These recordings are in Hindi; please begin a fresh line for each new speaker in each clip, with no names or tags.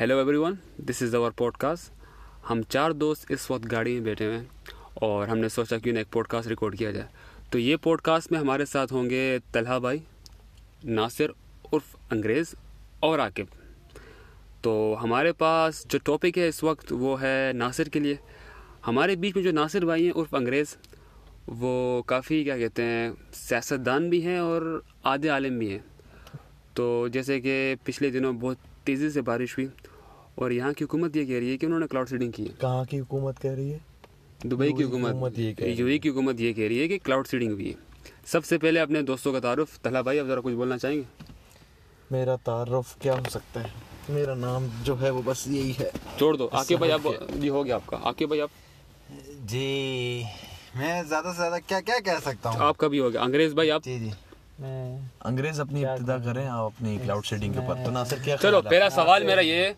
Hello everyone this is our podcast हम चार दोस्त इस वक्त गाड़ी में बैठे हुए हैं और हमने सोचा क्यों ना एक पॉडकास्ट रिकॉर्ड किया जाए तो ये पॉडकास्ट में हमारे साथ होंगे तलहा भाई नासिर उर्फ अंग्रेज़ और आकिब तो हमारे पास जो टॉपिक है इस वक्त वो है नासिर के लिए हमारे बीच में जो नासिर भाई हैं उर्फ अंग्रेज़ वो काफ़ी क्या कहते हैं सियासतदान भी हैं और आधे आलिम भी हैं तो जैसे कि पिछले दिनों बहुत तेज़ी से बारिश हुई और यहाँ की हुकूमत ये कह रही है कि उन्होंने क्लाउड सीडिंग की है
कहाँ की हुकूमत कह रही है
दुबई की
यूएई हुकूमत ये
हुकूमत
कह रही
यूएई की हुकूमत ये कह रही है कि क्लाउड सीडिंग हुई है सबसे पहले अपने दोस्तों का तारुफ तला भाई आप ज़रा कुछ बोलना चाहेंगे
मेरा तारफ क्या हो सकता है मेरा नाम जो है वो बस यही है
छोड़ दो आके भाई आप ये हो गया आपका आके भाई आप
जी मैं ज्यादा से ज्यादा क्या क्या कह सकता हूँ
आपका भी हो गया अंग्रेज़ भाई आप
जी जी
मैं
अंग्रेज अपनी इब्तदा करें आप अपनी क्लाउड शेडिंग के ऊपर तो नासिर क्या
चलो
ख्याल है?
पहला सवाल मेरा ये है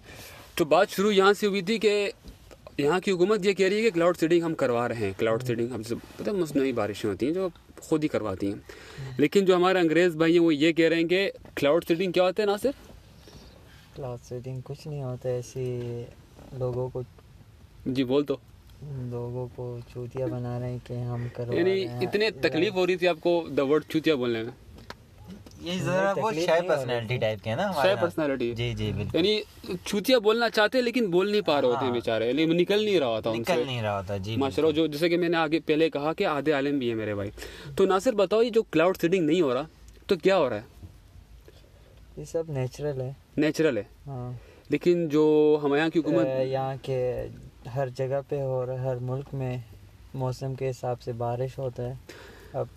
तो बात शुरू यहाँ से हुई थी कि यहाँ की हुकूमत ये कह रही है कि क्लाउड सीडिंग हम करवा रहे हैं क्लाउड सीडिंग हमसे पता है मसनू बारिशें होती हैं जो खुद ही करवाती हैं लेकिन जो हमारे अंग्रेज़ भाई हैं वो ये कह रहे हैं कि क्लाउड सीडिंग क्या होता है नासिर
क्लाउड सीडिंग कुछ नहीं होता ऐसे लोगों को
जी बोल तो
लोगों को चूतिया बना रहे हैं कि हम करवा
यानी
रहे हैं।
इतने तकलीफ हो रही थी आपको द वर्ड चूतिया बोलने में
ये जरा वो
तकलीफ
शाय
नहीं हो
पर्सनैलिटी टाइप के है ना
शाय
ना?
पर्सनालिटी
जी जी बिल्कुल
यानी चूतिया बोलना चाहते हैं, लेकिन बोल नहीं पा रहे होते हैं बेचारे यानी निकल नहीं रहा होता उनसे
निकल नहीं रहा होता जी
माशरा जो जैसे कि मैंने आगे पहले कहा कि आधे आलम भी है मेरे भाई तो नासिर बताओ ये जो क्लाउड सीडिंग नहीं हो रहा तो क्या हो रहा है
ये सब नेचुरल है
नेचुरल है
हाँ
तो लेकिन जो हमारे यहाँ की
अ,
हुकूमत
यहाँ के हर जगह पे और हर मुल्क में मौसम के हिसाब से बारिश होता है अब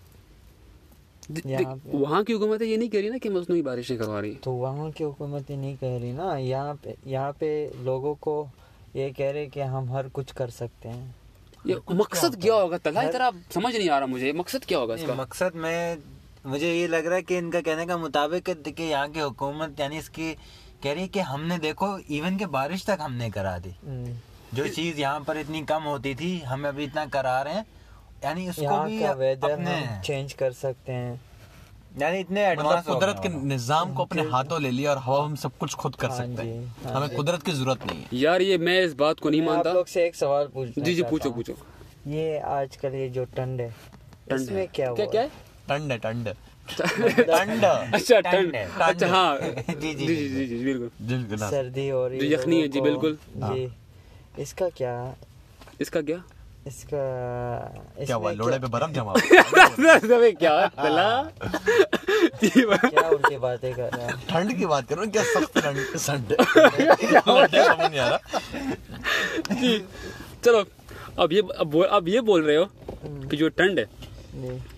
दे-
यहाँ
दे-
पे-
वहाँ की हुकूमत ये नहीं कह रही ना कि मसनू बारिशें करवा रही है
तो वहाँ की हुकूमत ये नहीं कह रही ना यहाँ पे यहाँ पे लोगों को ये कह रहे कि हम हर कुछ कर सकते हैं
ये मकसद क्या होगा तला इतना समझ नहीं आ रहा मुझे मकसद क्या होगा
नहीं,
इसका
मकसद में मुझे ये लग रहा है कि इनका कहने का मुताबिक है कि यहाँ की हुकूमत यानी इसकी कह रही है कि हमने देखो इवन तो के बारिश तक हमने करा दी
हम्म।
जो चीज यहाँ पर इतनी कम होती थी हम अभी इतना करा रहे हैं यानी उसको
यहाँ
भी
का वेदर
अपने
हम चेंज कर सकते हैं
यानी इतने
मतलब
एडवांस
कुदरत के निजाम को अपने हाथों ले लिया और हवा हम सब कुछ खुद कर
हाँ
सकते
जी,
हैं
हाँ
हमें कुदरत की जरूरत नहीं है
यार ये मैं इस बात को नहीं
मैं आप
मानता
लोग से एक सवाल पूछना
जी जी
चाहता
पूछो
हूँ।
पूछो
ये आजकल ये जो ठंड है
ठंड है।
इसमें क्या हुआ
क्या क्या है
ठंड है ठंड है। ठंड हाँ। है।
अच्छा
ठंड
ठंड
है,
अच्छा
ठंड है।
हाँ जी
जी, जी,
जी जी जी बिल्कुल
बिल्कुल ना।
सर्दी हो रही
जो यखनी है, जी,
लोगों को।
बिल्कुल।
हाँ।
जी इसका क्या
इसका क्या
इसका
क्या हुआ
इसमें
लोड़े पे बर्फ जमा हुआ।
अबे क्या तला जी, बस।
क्या उनकी बातें कर रहे हैं
ठंड की बात कर रहा हूँ क्या सख्त ठंड ठंड है। समझ नहीं आ रहा
जी चलो अब ये अब बो- अब ये बोल रहे
हम्म।
हो कि जो ठंड है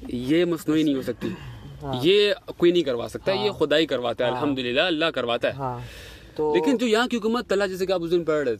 जी
ये मसनू नहीं हो सकती
हाँ।
ये कोई नहीं करवा सकता ये खुदा ही करवाता है अल्हम्दुलिल्लाह अल्लाह करवाता है
हाँ तो
लेकिन जो यहाँ की हुकूमत तला जैसे कि आप उस दिन पढ़ रहे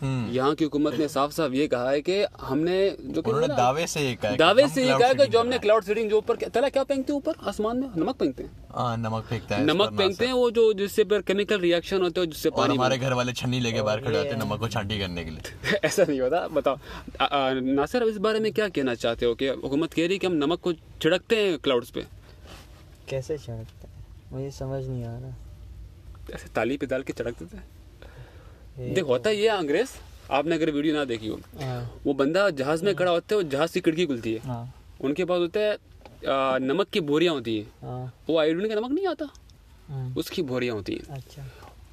हम्म।
थे यहाँ की हुकूमत ने साफ साफ ये कहा है कि हमने जो कि
उन्होंने
ना-
दावे से ये कहा है कि
दावे
हम
से ये
cloud
कहा है कि
seeding
जो
कर
हमने क्लाउड सीडिंग जो ऊपर तला क्या फेंकते हैं ऊपर आसमान में नमक फेंकते हैं
रहे हैं। हाँ, नमक फेंकता है
नमक फेंकते हैं वो जो जिससे फिर केमिकल रिएक्शन होते हैं जिससे
और
पानी
हमारे घर वाले छन्नी लेके बाहर खड़े होते हैं नमक को छांटी करने के लिए
बनता है। ऐसा नहीं होता बताओ आ- आ, नासिर अब इस बारे में क्या कहना चाहते हो कि हुकूमत कह रही है कि हम नमक को छिड़कते हैं क्लाउड्स पे
कैसे छिड़कते हैं मुझे समझ नहीं आ रहा
ऐसे ताली पे डाल के छिड़क देते हैं
ये-
देख होता ये है अंग्रेज आपने अगर वीडियो ना देखी हो
हाँ
वो बंदा जहाज में खड़ा होता है और जहाज की खिड़की खुलती है
हाँ
उनके पास होता है आ, नमक की बोरियां होती है
हाँ
वो आयोडीन का नमक नहीं आता
हम्म,
उसकी बोरियां होती हैं
अच्छा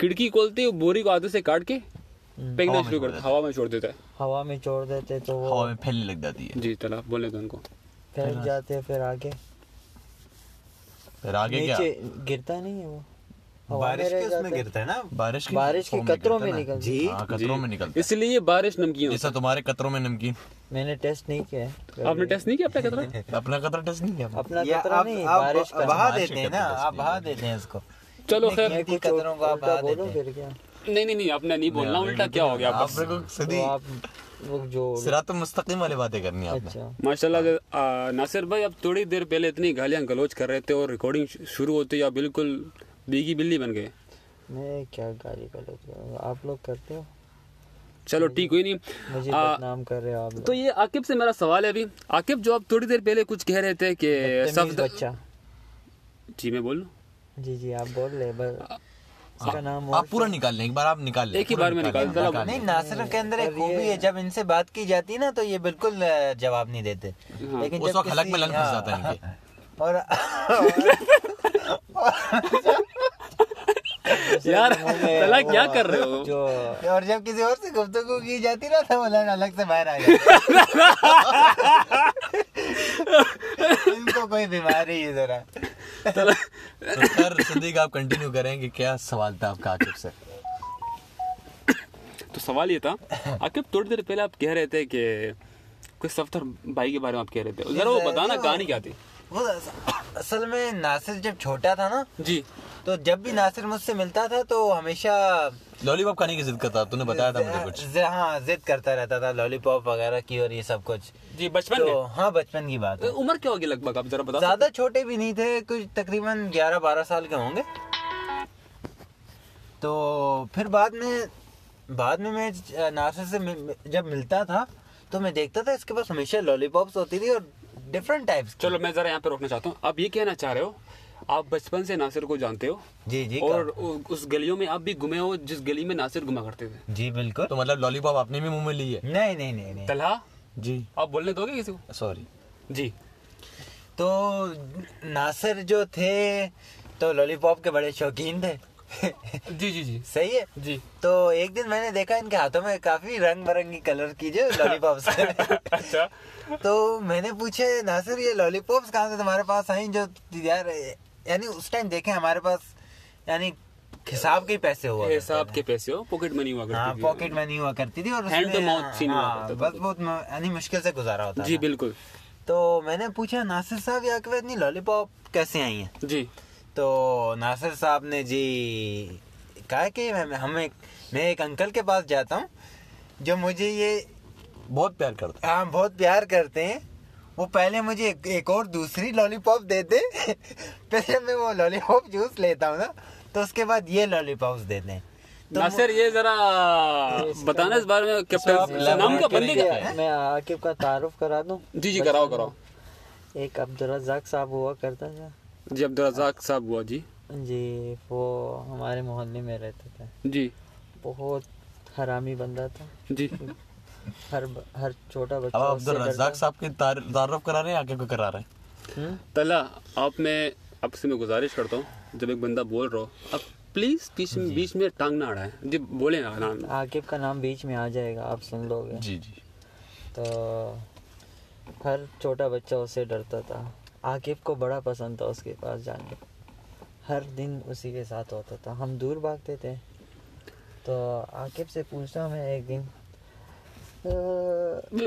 खिड़की खोलते ही वो बोरी को आधे से काट के फेंकना
हवा में
शुरू
छोड़
करता है, हवा में छोड़ देता है
हम्म। हवा में छोड़ देते तो
हवा
वो
में फैलने लग जाती है
जी तला बोलने दो उनको
फैल जाते हैं फिर आगे
फिर आगे क्या
नीचे गिरता नहीं है वो हवा में
बारिश
रह
के उसमें
जाता है।
गिरता है ना
बारिश के
बारिश के
form
कतरों
गिरता
में
ना।
निकल
जी
हाँ कतरों
जी।
में निकलता है
इसलिए बारिश नमकीन होती
जैसा तुम्हारे कतरों में नमकीन
मैंने टेस्ट नहीं किया है
है। आपने टेस्ट नहीं किया अपना कतरा
अपना कतरा टेस्ट नहीं किया
अपना
या
खतरा
आप-
नहीं
आप
बारिश का
बहा
बारिश
देते हैं
का
ना
तो
आप
बस
बहा देते हैं इसको
चलो खैर
मैं
नहीं,
कुछ
कतरों को
उल्टा
आप बहा
बोलूं
देते
फिर क्या
नहीं नहीं नहीं आपने नहीं बोलना उल्टा क्या हो गया
आप
बस
बिल्कुल
तो
सीधी
आप वो जो
सिरात मुस्तकीम वाली बातें करनी है आपने
अच्छा
माशाल्लाह जो, आ, नासिर भाई अब थोड़ी देर पहले इतनी गालियां गलोच कर रहे थे और रिकॉर्डिंग शुरू होते या बिल्कुल बीगी बिल्ली बन गए
मैं क्या गाली गलत आप लोग करते हो
चलो ठीक हुई नहीं
मुझे
आ,
बदनाम कर रहे हो आप
तो
लोग
ये आकिब से मेरा सवाल है अभी आकिब जो आप थोड़ी देर पहले कुछ कह रहे थे कि
तमीज
सफद
बच्चा
जी मैं बोल लूं?
जी जी आप बोल रहे बस इसका नाम
हाँ, आप पूरा निकाल लें एक बार आप निकाल लें
एक ही
पूरा
बार में निकाल
लें,
चलो।
निकाल
नहीं
लें।
नासिर के अंदर एक
पर ये-
खूबी है जब इनसे बात की जाती है ना तो ये बिल्कुल अ, जवाब नहीं देते लेकिन
उस
जब
वक्त हलक में
किसी-
लंग फंस जाता है
हाँ,
इनके।
यार
में
तला क्या कर रहे हो
जो
और और जब किसी और से गुफ्तगू की जाती ना तो वो लड़ अलग से बाहर आ जाता है। इनको कोई बीमारी है जरा
तो सर सिद्दीक आप कंटिन्यू करेंगे क्या सवाल था आपका आकिब से
तो सवाल ये था आकिब थोड़ी देर पहले आप कह रहे थे कि कोई सफ्तर भाई के बारे में आप कह रहे थे जरा वो बताना कहानी क्या थी
वो अस- असल में नासिर जब छोटा था ना
जी
तो जब भी नासिर मुझसे मिलता था तो हमेशा
लॉलीपॉप खाने की जिद करता तूने बताया था मुझे कुछ
ज- हाँ जिद करता रहता था लॉलीपॉप वगैरह की और ये सब कुछ
जी बचपन
तो हाँ बचपन की बात है
में उम्र क्या होगी लगभग आप जरा बता सकते
ज्यादा छोटे भी नहीं थे कुछ तकरीबन 11 12 साल के होंगे तो फिर बाद में बाद में मैं ज- नासिर से मिल, जब मिलता था तो मैं देखता था इसके पास हमेशा लॉलीपॉप्स होती थी और डिफरेंट टाइप्स
हो? चलो मैं जरा यहाँ पे रोकना चाहता हूँ आप ये कहना चाह रहे हो आप बचपन से नासिर को जानते हो
जी जी
और उ- उस गलियों में आप भी घुमे हो जिस गली में नासिर घुमा करते थे
जी बिल्कुल
तो मतलब लॉलीपॉप आपने भी मुंह में ली है
नहीं नहीं नहीं नहीं
तलहा
जी
आप बोलने दोगे किसी को
सॉरी
जी
तो नासिर जो थे तो लॉलीपॉप के बड़े शौकीन थे
जी जी जी
सही है
जी
तो एक दिन मैंने देखा इनके हाथों में काफी रंग बिरंगी कलर की जो लॉलीपॉप्स
अच्छा
तो मैंने पूछे नासिर ये लॉलीपॉप्स कहाँ से तुम्हारे पास आई जो यार यानी उस टाइम देखे हमारे पास यानी हिसाब के ही पैसे हुआ करते
हिसाब
थे।
के पैसे हो पॉकेट मनी हुआ
हाँ
करती थी।
पॉकेट मनी हुआ करती थी और
Hand
उसमें-
to mouth scene हुआ
हाँ,
करता था। तो।
बस बहुत म- यानी मुश्किल से गुजारा होता
जी
था।
बिल्कुल
तो मैंने पूछा नासिर साहब ये आपके पास इतनी लॉलीपॉप कैसे आई है
जी
तो नासिर साहब ने जी कहा कि मैं हम एक मैं एक अंकल के पास जाता हूँ जो मुझे ये
बहुत प्यार करता
हम बहुत प्यार करते हैं वो पहले मुझे एक, एक और दूसरी लॉलीपॉप दे दे पहले मैं वो लॉलीपॉप जूस लेता हूँ ना तो उसके बाद ये लॉलीपॉप्स दे दें तो
नासिर ये जरा बताना इस बारे में कैप्टन नाम का बंदे का है
मैं आकिब का तारुफ करा दूं
जी जी कराओ कराओ
एक अब्दुल रजाक साहब हुआ करता था
जी अब्दुल रजाक साहब हुआ जी
जी वो हमारे मोहल्ले में रहते थे
जी
बहुत हरामी बंदा था
जी
हर हर छोटा
अब
बच्चा
आप
उससे
अब्दुल रज्जाक
डरता
साहब के तार- तारुफ करा रहे हैं आकिब को करा रहे हैं
हम्म?
तला आप में आपसे मैं गुजारिश करता हूँ जब एक बंदा बोल रहा हो आप प्लीज बीच में बीच में टांग ना अड़ाएं जी बोले ना नाम
आकिब का नाम बीच में आ जाएगा आप सुन लोगे
जी जी
तो हर छोटा बच्चा उससे डरता था आकिब को बड़ा पसंद था उसके पास जाने हर दिन उसी के साथ होता था हम दूर भागते थे तो आकिब से पूछा मैं एक दिन "अ,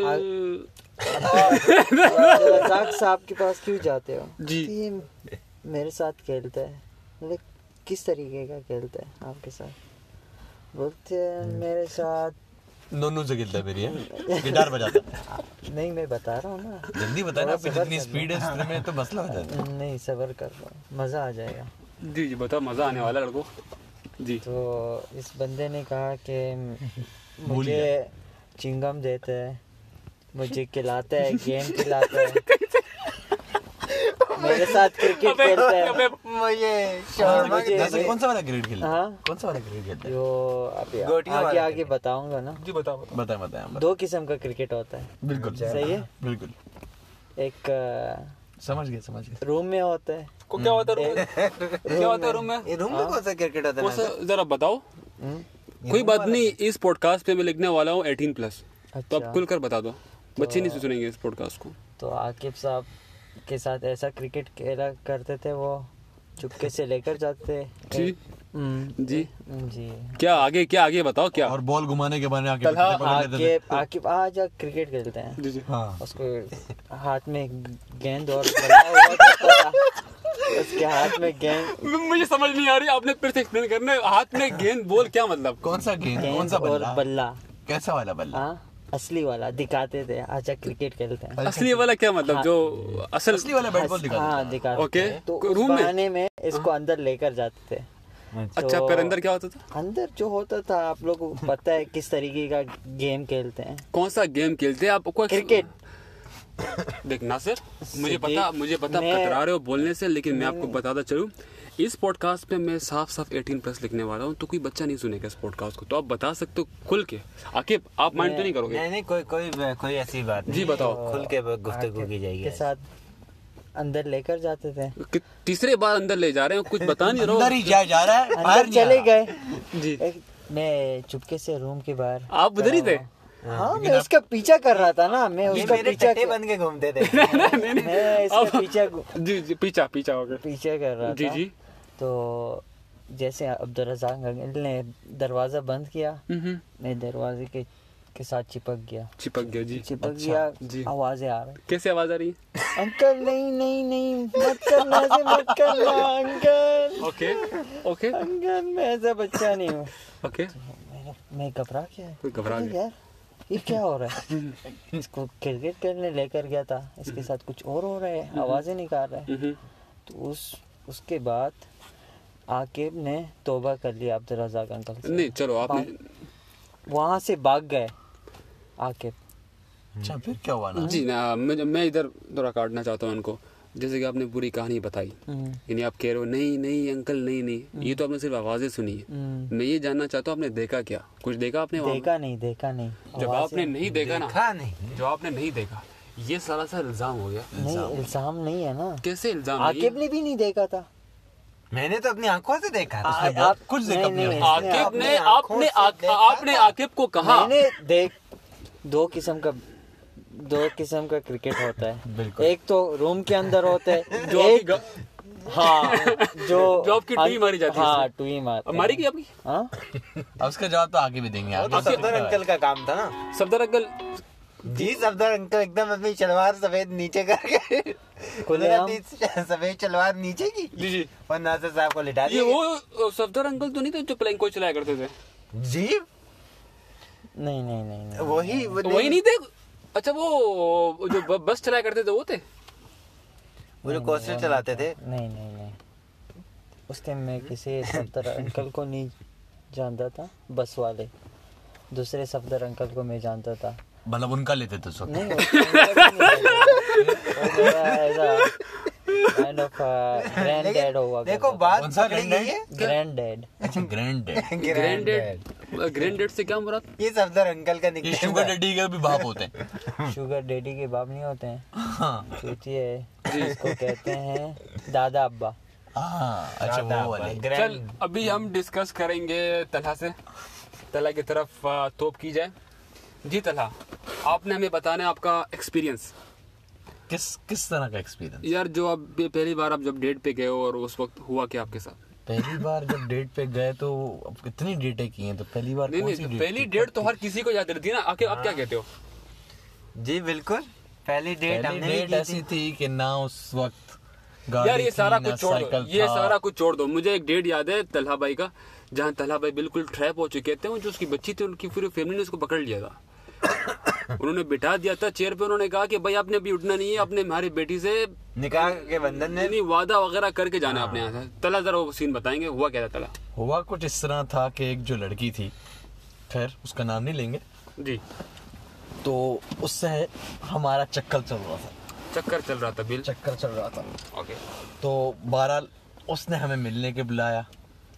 आ- अब्दुल रजाक साहब के पास क्यों जाते हो
जी।
"तो ये मेरे साथ खेलता है बोले किस तरीके का खेलता है आपके साथ बोलते हैं
हम्म।
मेरे साथ
नोनू से खेलता है मेरी है गिटार बजाता है
नहीं मैं बता रहा हूँ ना
जल्दी बताए ना
थोड़ा
आपकी
सबर
जितनी
कर लो।
स्पीड है इस में तो मसला हो जाता है
नहीं सबर कर लो मज़ा आ जाएगा
जी जी बताओ मजा आने वाला लड़को जी
तो इस बंदे ने कहा कि
भूल
मुझे चिंगम देता है मुझे खिलाता है गेम खिलाता है मेरे साथ क्रिकेट खेलता है
मुझे
हाँ,
शौरमा
मुझे-
के
वैसे कौन सा वाला ग्रेड खेलता है
हाँ
कौन सा वाला ग्रेड खेलता है
जो अभी
गोटियों
आगे
वाला
आगे बताऊंगा ना
जी बताओ
बताएं बताएं आप
दो किस्म का क्रिकेट होता है
बिल्कुल
सही है
बिल्कुल
एक अ,
समझ गए समझ गए
रूम में होता है
क्या होता है रूम में क्या होता है रूम में
ये रूम में कौन सा क्रिकेट होता
वो
है नासिर?
सर, जरा बताओ कोई बात नहीं इस पॉडकास्ट पे मैं लिखने वाला हूँ एटीन प्लस तो आप खुल कर बता दो बच्चे नहीं सुनेंगे इस पॉडकास्ट को
तो आकिब साहब के साथ ऐसा क्रिकेट खेला करते थे वो चुपके से लेकर जाते
जी।
हम्म,
जी।
जी
क्या आगे क्या आगे बताओ क्या
और बॉल घुमाने के बहाने आके
तलहा,
पकड़ लेते थे।
आकिब आकिब आज क्रिकेट खेलते हैं
जी जी
हाँ
उसको हाथ में गेंद और बल्ला हुआ करता था उसके हाथ में गेंद
म- मुझे समझ नहीं आ रही आपने फिर से एक्सप्लेन करना है। हाथ में गेंद बोल क्या मतलब
कौन सा गेंद कौन
गेंद
सा
और
बल्ला
बल्ला
कैसा वाला बल्ला
हाँ असली वाला दिखाते थे अच्छा क्रिकेट खेलते हैं
असली वाला क्या मतलब जो असल
हाँ। असली वाला बैट बॉल दिखा
हाँ दिखाते
ओके,
थे। तो
रूम में? हाँ।
रूम में इसको अंदर लेकर जाते थे
अच्छा
तो-
पर अंदर क्या होता था
अंदर जो होता था आप लोग को पता है किस तरीके का गेम खेलते हैं
कौन सा गेम खेलते हैं आप कोई
क्रिकेट
देख नासिर मुझे
सिद्दीक,
पता मुझे पता आप
मैं-
कतरा रहे हो बोलने से लेकिन मैं आपको बताता चलूँ इस पॉडकास्ट पे मैं साफ साफ 18 प्लस लिखने वाला हूँ तो कोई बच्चा नहीं सुनेगा इस पॉडकास्ट को तो आप बता सकते हो खुल के आकिब आप माइंड तो नहीं करोगे
नहीं नहीं कोई कोई कोई ऐसी बात
जी,
नहीं।
बताओ।
खुल के गुफ्तगू की जाएगी
के साथ अंदर लेकर जाते थे
कि- तीसरे बार अंदर ले जा रहे हो कुछ बता नहीं
अंदर
रहे
ही जा जा रहा है बाहर
अंदर
नहीं आ
चले
रहा।
गए
हो जी
एक- मैं चुपके से रूम के बाहर
आप उधर ही थे
हाँ मैं उसका पीछा कर रहा था ना मैं
ये
उसका
मेरे
पीछा
टट्टे बन के घूमते थे
नहीं नहीं
मैं इसका
आप-
पीछा गु-
जी जी पीछा पीछा हो गया
पीछा कर रहा
जी
था
जी
तो जैसे अब्दुलरजाक गंगल ने दरवाज़ा बंद किया
हम्म,
मैं दरवाजे के के साथ चिपक गया
चिपक गया जी अच्छा,
चिपक गया
जी।
आवाज़ें आ रही
कैसे आवाज आ रही है
अंकल नहीं नहीं नहीं मत करना ऐसे मत करना अंकल
ओके ओके
अंकल मैं ऐसा बच्चा नहीं हूँ
ओके
मैंने मैं घबरा गया
घबरा
अरे
गया।
यार ये क्या हो रहा है इसको क्रिकेट खेलने लेकर गया था इसके साथ कुछ और हो रहा है आवाज़ें निकाल रहा है
हम्म,
तो उस उसके बाद आकिब ने तोबा कर लिया अब्दुलरजाक अंकल से
नहीं चलो आपने
वहाँ से भाग गए आकिब
अच्छा फिर क्या हुआ ना
जी ना मैं मैं इधर थोड़ा काटना चाहता हूँ उनको जैसे कि आपने पूरी कहानी बताई
हम्म,
यानी आप कह रहे हो नहीं नहीं अंकल नहीं नहीं ये तो आपने सिर्फ आवाजें सुनी है
हम्म।
मैं ये जानना चाहता हूँ आपने देखा क्या कुछ देखा आपने वहाँ?
देखा नहीं देखा नहीं
जब
आवाज़ें-
आपने नहीं देखा ना
खा नहीं
जो आपने नहीं देखा ये सारा सा इल्जाम हो गया
नहीं इल्जाम नहीं है ना
कैसे इल्जाम है ये?
आकिब ने भी नहीं देखा था
मैंने तो अपनी आंखों से देखा था
आ-
बहुत
आप-
कुछ देखा
नहीं,
अपनी
नहीं, इसने
आकिब
आप-
ने
आंखों
आपने
से
आक-
देखा
आपने
था।
आकिब को कहा
मैंने देख दो किस्म का दो किस्म का क्रिकेट होता है एक तो रूम के अंदर होता है
जो आपकी
एक
ग-
हाँ जो
जो आपकी टुई मारी जाती है
हाँ
उसमें।
टुई मारते
मारी गई आपकी
हैं। हाँ
अब उसका जवाब तो आगे भी देंगे
वो
आगे
तो
अच्छा।
सफदर अंकल का काम था ना
सफदर अंकल
जी सफदर अंकल एकदम अपनी शलवार सफेद नीचे करके
खुलेआम।
उन्होंने अपनी सफेद शलवार नीचे की
जी जी
और नासिर साहब को लिटा
ये
दिया
वो अ, सफदर अंकल तो नहीं थे जो प्लेन कोच चलाया करते थे
जी
नहीं नहीं नहीं नहीं।
वही वो
वही तो नहीं थे अच्छा वो जो ब- बस चलाया करते थे वो थे
वो जो कोस्टर चलाते थे
नहीं नहीं नहीं उस टाइम मैं किसी सफदर अंकल को नहीं जानता था बस वाले दूसरे सफदर अंकल को मैं जानता था
मतलब उनका लेते थे उस वक्त
नहीं वो मेरा ऐसा काइंड ऑफ ग्रैंड डैड हुआ
देखो बात
कौन सा
पकड़ी
ग्रैंड
गई है
ग्रैंड डैड
अच्छा ग्रैंड डैड
ग्रैंडेड ग्रैंडेड से क्या मुराद
ये सफदर अंकल का
ये
निकले
शुगर डैडी के भी बाप होते हैं
शुगर डैडी के बाप नहीं होते हैं
हाँ
सोचिए इसको कहते हैं दादा अब्बा
हाँ, अच्छा वो वाले
चल अभी हम डिस्कस करेंगे तलहा से तलहा की तरफ अ, तोप की जाए जी तलहा आपने हमें बताना है आपका एक्सपीरियंस
किस किस तरह का एक्सपीरियंस
यार जो आप पहली बार आप जब डेट पे गए हो और उस वक्त हुआ क्या आपके साथ
पहली बार जब डेट पे गए तो अब कितनी डेटें की हैं तो पहली बार
नहीं
कौन सी हाँ।
नहीं
डेट
पहली डेट तो हर किसी को याद रहती है ना आखिर आप क्या कहते हो
जी बिल्कुल पहली डेट
पहली
हमने भी
डेट
की
ऐसी थी कि ना उस वक्त गाड़ी
यार ये
थी,
सारा
ना
कुछ छोड़ दो
साइकिल
ये
था।
सारा कुछ छोड़ दो मुझे एक डेट याद है तलहा भाई का जहाँ तलहा भाई बिल्कुल ट्रैप हो चुके थे और जो उसकी बच्ची थी उनकी पूरी फैमिली ने उसको पकड़ लिया था उन्होंने बिठा दिया था चेयर पे उन्होंने कहा कि भाई आपने अभी उठना नहीं है अपने हमारी बेटी से
थी। निकाह के बंधन में
नहीं नहीं, वादा वगैरह करके जाना है
हाँ।
आपने यहाँ से तला जरा वो सीन बताएंगे हुआ क्या था तला
हुआ कुछ इस तरह था कि एक जो लड़की थी खैर उसका नाम नहीं लेंगे
जी
तो उससे हमारा चक्कर चल रहा था
चक्कर चल रहा था बिल
चक्कर चल रहा था
ओके
तो बहरहाल उसने हमें मिलने के बुलाया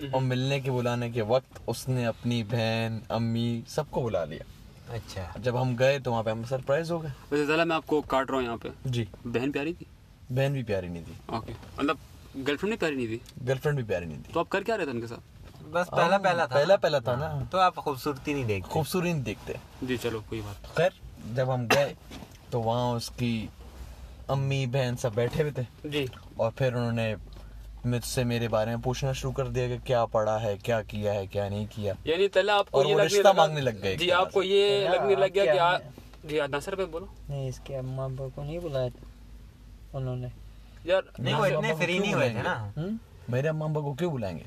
हम्म।
और मिलने के बुलाने के वक्त उसने अपनी बहन अम्मी सबको बुला लिया
अच्छा
जब हम गए तो वहाँ पे हम सरप्राइज हो गए
वैसे तला मैं आपको काट रहा हूँ यहाँ पे
जी
बहन प्यारी थी
बहन भी प्यारी नहीं थी
ओके मतलब गर्लफ्रेंड ने प्यारी नहीं थी
गर्लफ्रेंड भी प्यारी नहीं थी
तो आप कर क्या रहे थे उनके साथ
बस पहला
हाँ।
पहला था
पहला पहला था ना
हाँ।
तो आप खूबसूरती नहीं देखते
खूबसूरत नहीं दिखते
जी चलो कोई बात
खैर जब हम गए तो वहाँ उसकी अम्मी बहन सब बैठे हुए थे
नहीं। जी
और फिर उन्होंने मुझसे मेरे बारे में पूछना शुरू कर दिया कि क्या पढ़ा है क्या किया है क्या नहीं किया
यानी तला आपको
और
ये
वो
लगने
रिश्ता
लगा-
मांगने लग गए
जी
एक तरह
आपको ये
तला
लगने लग गया कि
हाँ, क्या
आ,
है?
जी आ, नासर भाई बोलो
नहीं इसके अम्मा अब्बा को नहीं बुलाया उन्होंने
यार
नहीं वो इतने फ्री नहीं हुए थे ना
हम्म?
मेरे अम्मा अब्बा को क्यों बुलाएंगे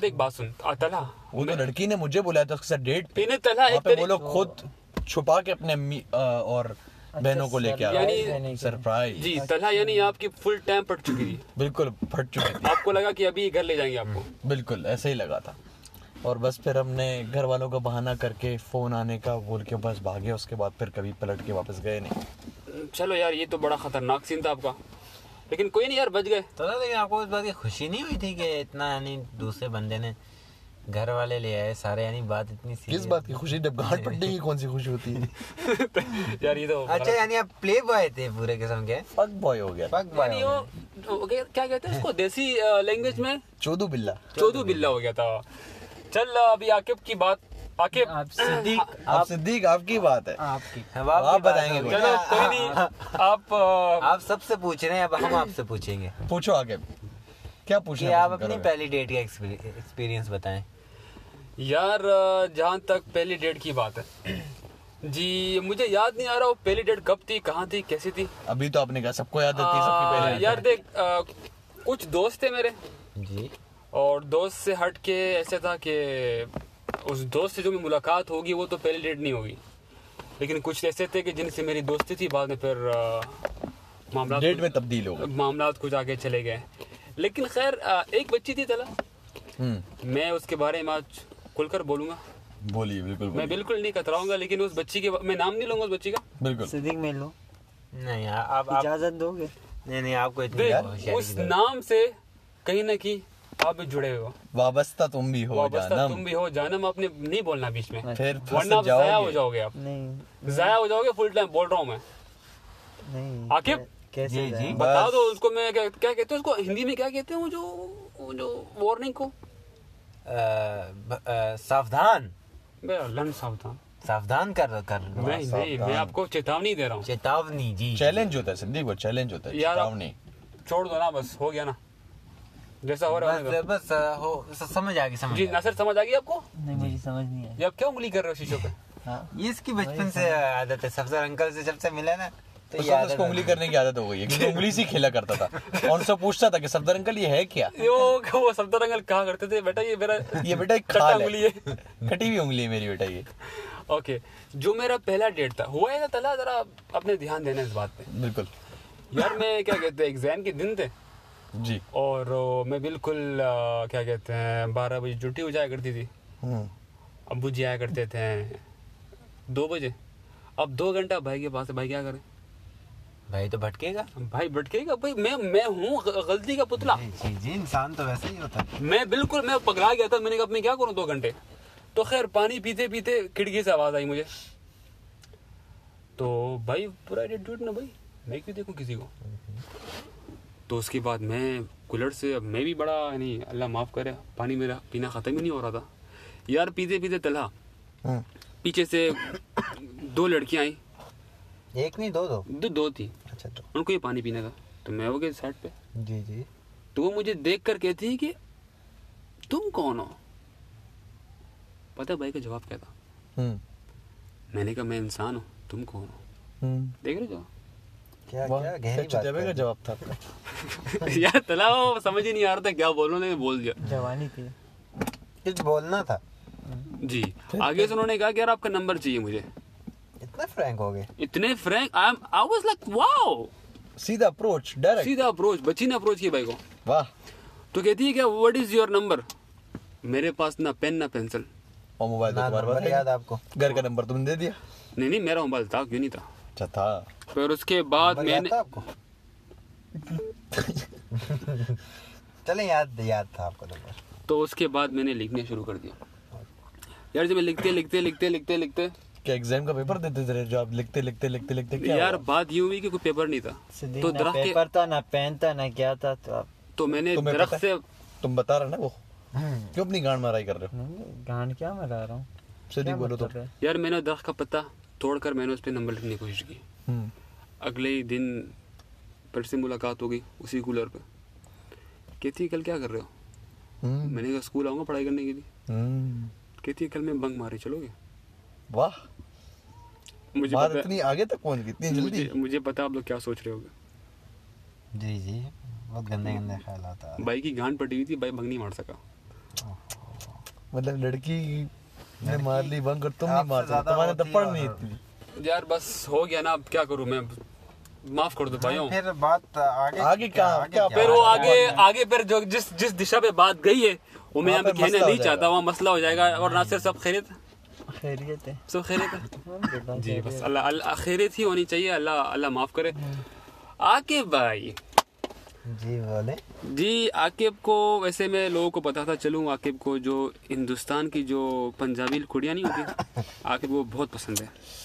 देख बात सुन आ, तला
वो तो लड़की ने मुझे बुलाया था उसके साथ डेट पे
इन्हें तला
वहाँ
एक
पे
तरी-
वो लोग खुद छुपा के अपने अम्मी अ, और
अच्छा,
बहनों को लेके आ
surprise
गए
देने के लिए।
सरप्राइज
जी तला यानी आपकी फुल टाइम पट चुकी थी
बिल्कुल फट चुकी थी
आपको लगा कि अभी घर ले जाएंगे आपको
बिल्कुल ऐसे ही लगा था और बस फिर हमने घर वालों का बहाना करके फोन आने का बोल के बस भागे उसके बाद फिर कभी पलट के वापस गए नहीं
चलो यार ये तो बड़ा खतरनाक सीन था आपका लेकिन कोई नहीं यार बच गए
तो ना लेकिन आपको इस बात की खुशी नहीं हुई थी कि इतना यानी दूसरे बंदे ने घर वाले ले आए सारे यानी बात इतनी
किस
serious-
बात की खुशी जब गांठ पड़ने की कौन सी खुशी होती है
यार ये तो
अच्छा यानी आप प्ले बॉय थे पूरे किस्म के
फक बॉय हो गया
फक
यानी वो वो क्या क्या कहते हैं उसको देसी लैंग्वेज में
चोदू बिल्ला
चौदू बिल्ला हो गया था चल अभी आकिब की बात आकिब
आप सिद्दीक
आप सिद्दीक आपकी बात है
आपकी
आप बताएंगे कोई।
चलो कोई नहीं आप अ,
आप सबसे पूछ रहे हैं अब हम आपसे पूछेंगे
पूछो आगे क्या पूछ
कि आप अपनी पहली डेट का एक्सपीरियंस बताएं
यार अ, जहाँ तक पहली डेट की बात है जी मुझे याद नहीं आ रहा वो पहली डेट कब थी कहाँ थी कैसी थी
अभी तो आपने कहा सबको याद रहती है सबकी
आ,
पहली डेट।
यार देख आ, कुछ दोस्त थे मेरे
जी
और दोस्त से हट के ऐसे था कि उस दोस्त से जो मेरी मुलाकात होगी वो तो पहली डेट नहीं होगी लेकिन कुछ ऐसे थे कि जिनसे मेरी दोस्ती थी बाद में फिर आ, मामला
डेट में तब्दील हो गई।
मामला कुछ आगे चले गए लेकिन खैर आ, एक बच्ची थी तला
हम्म,
मैं उसके बारे में आज खुलकर बोलूंगा
बोलिए बिल्कुल
मैं
बोलिए।
बिल्कुल नहीं कतराऊंगा लेकिन उस बच्ची के मैं नाम नहीं लूंगा उस बच्ची का
बिल्कुल
सिद्दीक मिल लो
नहीं आ- आप आप
इजाजत दोगे
नहीं नहीं आपको इतनी
देख
होशियारी
उस
की जरूरत-
नाम से कहीं ना कहीं आप भी जुड़े हुए हो
वाबस्ता तुम भी हो
वाबस्ता
जानम
तुम भी हो जानम आपने नहीं बोलना बीच में
फिर
वरना
फंस
आप जाया हो
जाओगे
जाओगे आप
नहीं
जाया हो जाओगे फुल टाइम बोल रहा हूँ मैं
नहीं
आकिब?
कै- कैसे
जी,
जाए?
जी।
बता
बस।
दो उसको मैं क्या, क्या कहते हैं उसको हिंदी में क्या कहते हैं वो जो वो जो वार्निंग को
अ, ब- अ, सावधान
मैं लन सावधान
सावधान कर कर लो।
नहीं नहीं मैं आपको चेतावनी दे रहा हूँ
चेतावनी जी
चैलेंज होता है सिद्दीक वो चैलेंज होता है
यार आप-
चेतावनी।
छोड़ दो ना बस हो गया ना जैसा हो रहा है होने
बस बस अ, हो स- समझ आ गई
दो।
समझ
जी
आ
नासिर समझ आ गई आपको
नहीं मुझे समझ नहीं आई
ये आप क्या उंगली कर रहे हो शीशे पे
हाँ
गई। ये इसकी बचपन से आदत है सफदर अंकल से जब से मिला ना तो ये
उसको
आदत
उसको उंगली करने की आदत हो गई है क्योंकि उंगली से ही खेला करता था और उनसे पूछता था कि सफदर अंकल ये है क्या
ये वो वो सफदर अंकल कहा करते थे बेटा ये मेरा
ये बेटा एक
कटा
खाल
उंगली
है
है
कटी हुई उंगली है मेरी बेटा ये
ओके जो मेरा पहला डेट था हुआ है ना तला जरा अपने ध्यान देना इस बात पे
बिल्कुल
यार मैं क्या कहते हैं एग्जाम के दिन थे
जी
और अ, मैं बिल्कुल अ, क्या कहते हैं बारह बजे ड्यूटी हो जाया करती थी
हम्म,
अबू जी आया करते थे दो बजे अब दो घंटा भाई के पास है भाई क्या करें
भाई तो भटकेगा
भाई भटकेगा भाई मैं मैं हूँ ग- गलती का पुतला
जी जी जी इंसान तो वैसे ही होता है
मैं बिल्कुल मैं पगला गया था मैंने कहा अब मैं क्या करूँ दो घंटे तो खैर पानी पीते पीते खिड़की से आवाज़ आई मुझे तो भाई पूरा एटीट्यूड ना भाई मैं क्यों देखूँ किसी को तो उसके बाद मैं कूलर से अब मैं भी बड़ा नहीं अल्लाह माफ़ करे पानी मेरा पीना ख़त्म ही नहीं हो रहा था यार पीते पीते तला
हम्म,
पीछे से दो लड़कियां आई
एक नहीं दो दो
दो दो थी
अच्छा दो
उनको ये पानी पीने का तो मैं हो गया साइड पे
जी जी
तो वो मुझे देख कर कहती है कि तुम कौन हो पता है भाई का जवाब क्या था
हम्म,
मैंने कहा मैं इंसान हूँ तुम कौन हो
हम्म।
देख रहे हो
क्या
वाह,
क्या
क्या
गहरी बात
चुतिया का
कर
जवाब था आपका
अच्छा।
यार तलाव समझ ही नहीं आ रहा था क्या बोलूं ने बोल दिया
जवानी थी
कुछ बोलना था
जी आगे से उन्होंने कहा कि यार आपका नंबर चाहिए मुझे
इतना फ्रैंक हो गए
इतने frank I I was like wow
सीधा अप्रोच डायरेक्ट
सीधा अप्रोच बच्ची ने अप्रोच किया भाई को
वाह
तो कहती है क्या व्हाट इज योर नंबर मेरे पास ना पेन ना पेंसिल
और मोबाइल तो
ना
तुम्हारे पास
नंबर
है
याद
ही।
आपको
घर का नंबर तुमने दे दिया
नहीं नहीं मेरा मोबाइल था क्यों नहीं था
अच्छा था
फिर उसके बाद
नंबर याद
मैंने
था आपको चले याद याद था आपको नंबर
तो उसके बाद मैंने लिखने शुरू कर दिया यार जब मैं लिखते लिखते लिखते लिखते लिखते
क्या एग्जाम का पेपर देते थे जो आप लिखते लिखते लिखते लिखते क्या
यार
हुआ?
बात यूं हुई कि कोई पेपर नहीं था
सिद्दीक
तो
ना
दरख्त के
पेपर था ना पेन था ना क्या था तो आप
तो मैंने
तुम्हें
दरख्त
पता
से
है? तुम बता रहे ना वो
हम्म।
क्यों अपनी गांड माराई कर रहे
नहीं, गान क्या मरा रहा हूँ
हो सीधी बोलो तो
यार मैंने दरख्त का पत्ता तोड़कर मैंने उस पर नंबर लिखने की कोशिश की
हम्म,
अगले ही दिन फिर से मुलाकात हो गई उसी कूलर पे कहती है कल क्या कर रहे हो
हम्म,
मैंने कहा स्कूल आऊँगा पढ़ाई करने के लिए
हम्म,
कहती है कल मैं बंक मारे चलोगे
वाह
मुझे
बात
पता
इतनी आगे तक पहुंच गई इतनी जल्दी
मुझे, मुझे पता आप लोग क्या सोच रहे होगे
जी जी बहुत गंदे गंदे ख्याल आता
भाई की गांड पटी हुई थी भाई बंक नहीं मार सका
मतलब लड़की ने मार ली बंक और तुम नहीं
आपसे
मार सकते
ज्यादा
तुम्हारे
होती
थप्पड़
है
नहीं
और-
इतनी
यार बस हो गया ना अब क्या करूँ मैं माफ कर दो भाइयों
फिर बात आगे
आगे क्या- क्या-
फिर वो आगे आगे फिर जो जिस जिस दिशा पे बात गई है वो मैं
वहाँ
यहाँ पे
पे
कहना
मसला हो
नहीं चाहता
जाएगा।
वहाँ मसला हो जाएगा और ना सिर्फ सब खैरियत
खैरियत है
सब खैरियत है।
हाँ, बेटा,
जी
खैरियत।
बस अल्लाह अल्लाह खैरियत ही होनी चाहिए अल्लाह अल्लाह माफ करे आके भाई
जी बोले
जी आकिब को वैसे मैं लोगों को बताता चलूँ आकिब को जो हिंदुस्तान की जो पंजाबी कुड़ियाँ नहीं होती आकिब को बहुत पसंद है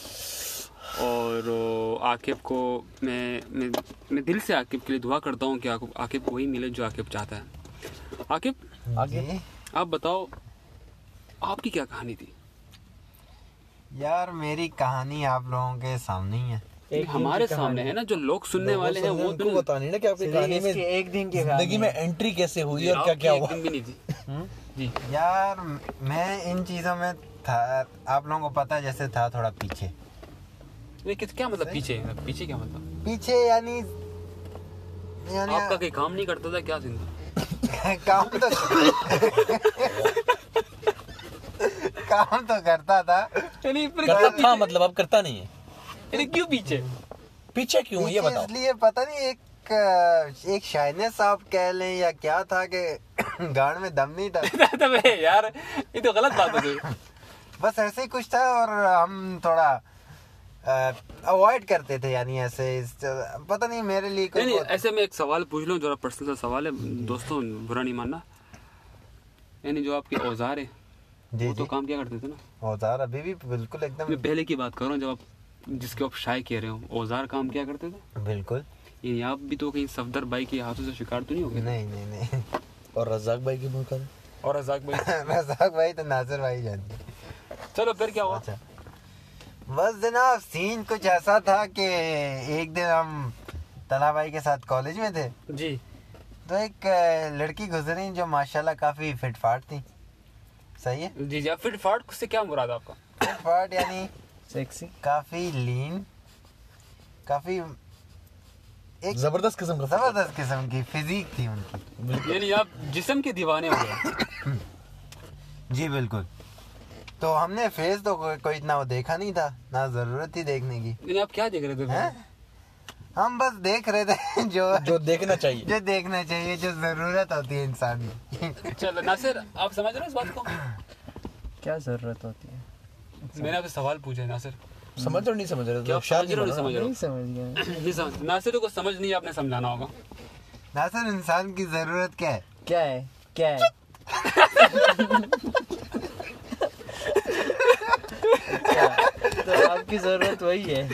और ओ, आकिब को मैं मैं मैं दिल से आकिब के लिए दुआ करता हूँ कि आकु- आकिब को वही मिले जो आकिब चाहता है आकिब
जी।
आप बताओ आपकी क्या कहानी थी
यार मेरी कहानी आप लोगों के सामने ही है
एक
हमारे सामने है ना जो लोग सुनने वाले हैं वो
उनको
दिन
बतानी ना कि आपकी कहानी में
इसकी एक दिन की
जिंदगी में एंट्री कैसे हुई और क्या
आपकी
क्या
एक
हुआ
दिन भी नहीं थी
यार मैं इन चीजों में था आप लोगों को पता है, जैसे था थोड़ा पीछे
नहीं, किस- क्या मतलब पीछे पीछे क्या मतलब
पीछे यानी
आपका कोई काम नहीं करता था क्या जिंदा
यानी काम तो काम तो करता था
करता था मतलब अब करता नहीं है
क्यों पीछे
पीछे क्यों हुई, ये
पीछे
बताओ
इसलिए पता नहीं एक अ, एक शाइनेस आप कह लें या क्या था कि गाड़ में दम नहीं था
अबे तो यार ये तो गलत बात हो गई
बस ऐसे ही कुछ था और हम थोड़ा अवॉइड करते थे यानी ऐसे इस- पता नहीं मेरे लिए
नहीं
कोई
नहीं
बहुत-
ऐसे मैं एक सवाल पूछ लूँ जरा पर्सनल सा सवाल है दोस्तों बुरा नहीं मानना यानी जो आपके औजार है
जी
वो तो
जी
काम क्या करते थे ना
औजार अभी भी बिल्कुल एकदम
मैं पहले की बात कर रहा हूँ जब आप जिसके आप शाय कह रहे हो औजार काम क्या करते थे
बिल्कुल
यानी आप भी तो कहीं सफदर बाई के हाथों से शिकार तो नहीं हो गए
नहीं नहीं नहीं
और रजाक भाई की भूमिका में?
और रजाक भाई
मजाक भाई तो नासिर भाई जानते हैं।
चलो फिर क्या हुआ
अच्छा बस जनाब सीन कुछ ऐसा था कि एक दिन हम तला भाई के साथ कॉलेज में थे
जी
तो एक अ, लड़की गुजरी जो माशाल्लाह काफी फिटफाट थी सही है
जी जी आप फिर फाट से क्या मुराद है आपका
फिटफाट यानी
सेक्सी
काफी लीन काफी एक
जबरदस्त किस्म का फूल।
जबरदस्त किस्म की फिजिक थी उनकी
यानी आप जिसम के दीवाने हो गए
जी बिल्कुल तो हमने फेस तो को, कोई इतना वो देखा नहीं था ना जरूरत थी देखने की
यानी आप क्या देख रहे थे फिर?
हैं? हम बस देख रहे थे जो
जो देखना चाहिए
जो देखना चाहिए जो जरूरत होती है इंसान की
चलो नासिर आप समझ रहे हो इस बात
अच्छा।
को
क्या जरूरत होती है
मैंने आपसे सवाल पूछा है नासिर
समझ और नहीं समझ रहे
क्या
तो
आप
शायद
समझ रहे हो नहीं समझ रहे हो
नहीं समझ गया मैं।
नहीं समझ नासिर को समझ नहीं आपने समझाना होगा
नासिर इंसान की जरूरत क्या है
क्या है क्या है क्या? तो आपकी जरूरत वही है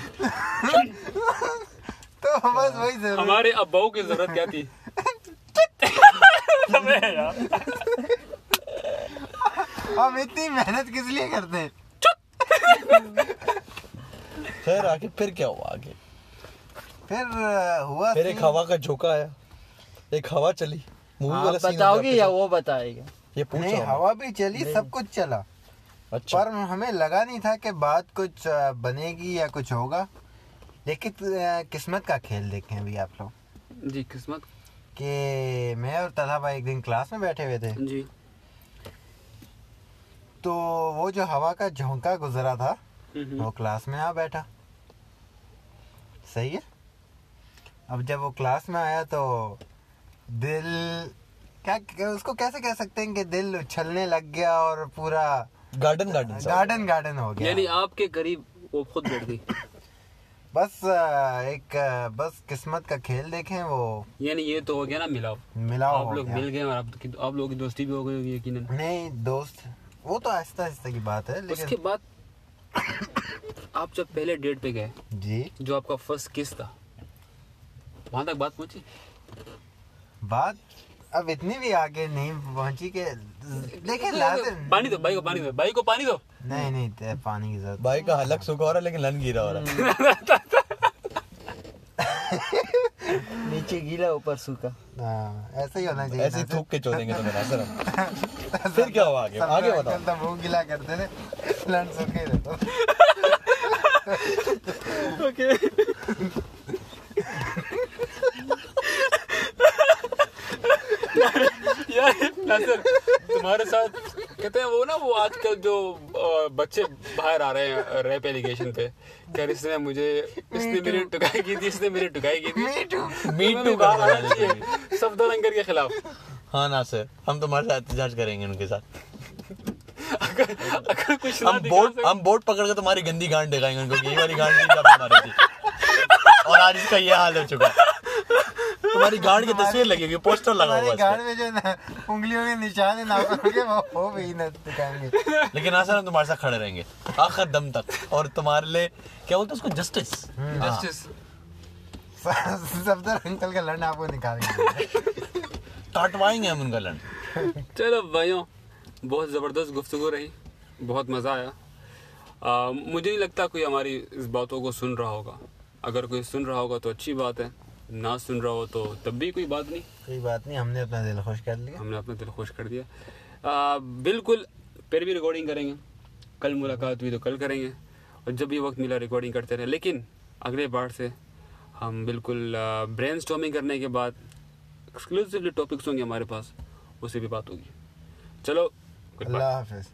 तो बस वही जरूरत
हमारे अब्बाओं की जरूरत क्या थी
हम इतनी मेहनत किस लिए करते हैं
खैर आगे फिर क्या हुआ आगे
फिर अ, हुआ
फिर एक
scene-
हवा का झोंका आया एक हवा चली मूवी
आप
वाला scene
बताओगे
होता है
या वो बताएगा
फिर। ये पूछ
नहीं
रहा हूँ
हवा भी चली सब कुछ चला
मैं। अच्छा
पर हमें लगा नहीं था कि बात कुछ अ, बनेगी या कुछ होगा लेकिन अ, किस्मत का खेल देखें अभी आप लोग
जी किस्मत
कि मैं और तथा भाई एक दिन क्लास में बैठे हुए थे
जी
तो वो जो हवा का झोंका गुजरा था
हम्म,
वो क्लास में आ बैठा सही है अब जब वो क्लास में आया तो दिल क्या क्या- उसको कैसे कह सकते हैं कि दिल उछलने लग गया और पूरा
गार्डन गार्डन सा
गार्डन गार्डन हो गया
यानी आपके करीब वो खुद बैठ गई
बस अ, एक अ, बस किस्मत का खेल देखें वो
यानी ये तो हो गया ना मिलाव
मिला
आप
हो
लोग
गया।
मिल गए और आप आप लोगों की दोस्ती भी हो गई होगी यकीनन
नहीं दोस्त वो तो आहिस्ता आहिस्ता की बात है
उसके
लेकिन
बाद आप जब पहले डेट पे गए
जी
जो आपका फर्स्ट किस था वहां तक बात पहुंची
बात अब इतनी भी आगे नहीं पहुंची कि देखिए लाजिम
पानी तो- दो भाई को पानी दो भाई को पानी दो
नहीं नहीं ते- पानी की जरूरत
भाई का हलक सूखा हो रहा है लेकिन लन गिरा हो रहा है
हम्म।
नीचे गीला ऊपर सूखा
हाँ, ऐसे ही होना चाहिए
ऐसे ही
ना,
थूक के चोदेंगे तो मेरा सर हम।
सर।
फिर क्या हुआ आगे?
सबका
आगे
एकदम
बताओ।
तो मुंह गीला करते थे लंड सूखे रहते
यार नासिर तुम्हारे साथ कहते हैं वो ना वो आजकल जो अ, बच्चे बाहर आ रहे हैं रैप एलिगेशन पे कह रहे, इसने मुझे इसने मेरी टुकाई की थी इसने मेरी टुकाई की थी
Me too.
Me
तुम्हें
too
भी बाहर
करना
आना चाहिए सफदर अंकर के खिलाफ
हाँ ना सर हम तुम्हारे साथ एहतजाज करेंगे उनके साथ
अगर अगर कुछ ना
हम बोर्ड
दिखा
हम बोर्ड पकड़ के तुम्हारी गंदी गांड दिखाएंगे उनको कि ये वाली गांड नहीं था हमारी थी और आज इसका ये हाल हो चुका है। तुम तुम्हारी गाड़ की तस्वीर लगेगी पोस्टर लगा
हमारे
हुआ है
गाड़
इस
में जो ना उंगलियों के निशान है नाखून के वो हो भी ना दिखाएंगे
पे। लेकिन आसान हम तुम्हारे साथ खड़े रहेंगे आखिर दम तक और तुम्हारे लिए क्या बोलते हैं उसको जस्टिस
हम्म। जस्टिस
सफदर अंकल का लड़ना आपको निकालेंगे
काटवाएंगे हम उनका लंड
चलो भाइयों बहुत ज़बरदस्त गुफ्तगु रही बहुत मज़ा आया आ, मुझे नहीं लगता कोई हमारी इस बातों को सुन रहा होगा अगर कोई सुन रहा होगा तो अच्छी बात है ना सुन रहा हो तो तब भी कोई बात नहीं
कोई बात नहीं हमने अपना दिल खुश कर लिया
हमने अपना दिल खुश कर दिया आ, बिल्कुल फिर भी रिकॉर्डिंग करेंगे कल मुलाकात हुई तो कल करेंगे और जब भी वक्त मिला रिकॉर्डिंग करते रहे लेकिन अगले बार से हम बिल्कुल ब्रेन करने के बाद एक्सक्लूसिवली टॉपिक्स होंगे हमारे पास उसी पे बात होगी चलो goodbye.
अल्लाह हाफिज़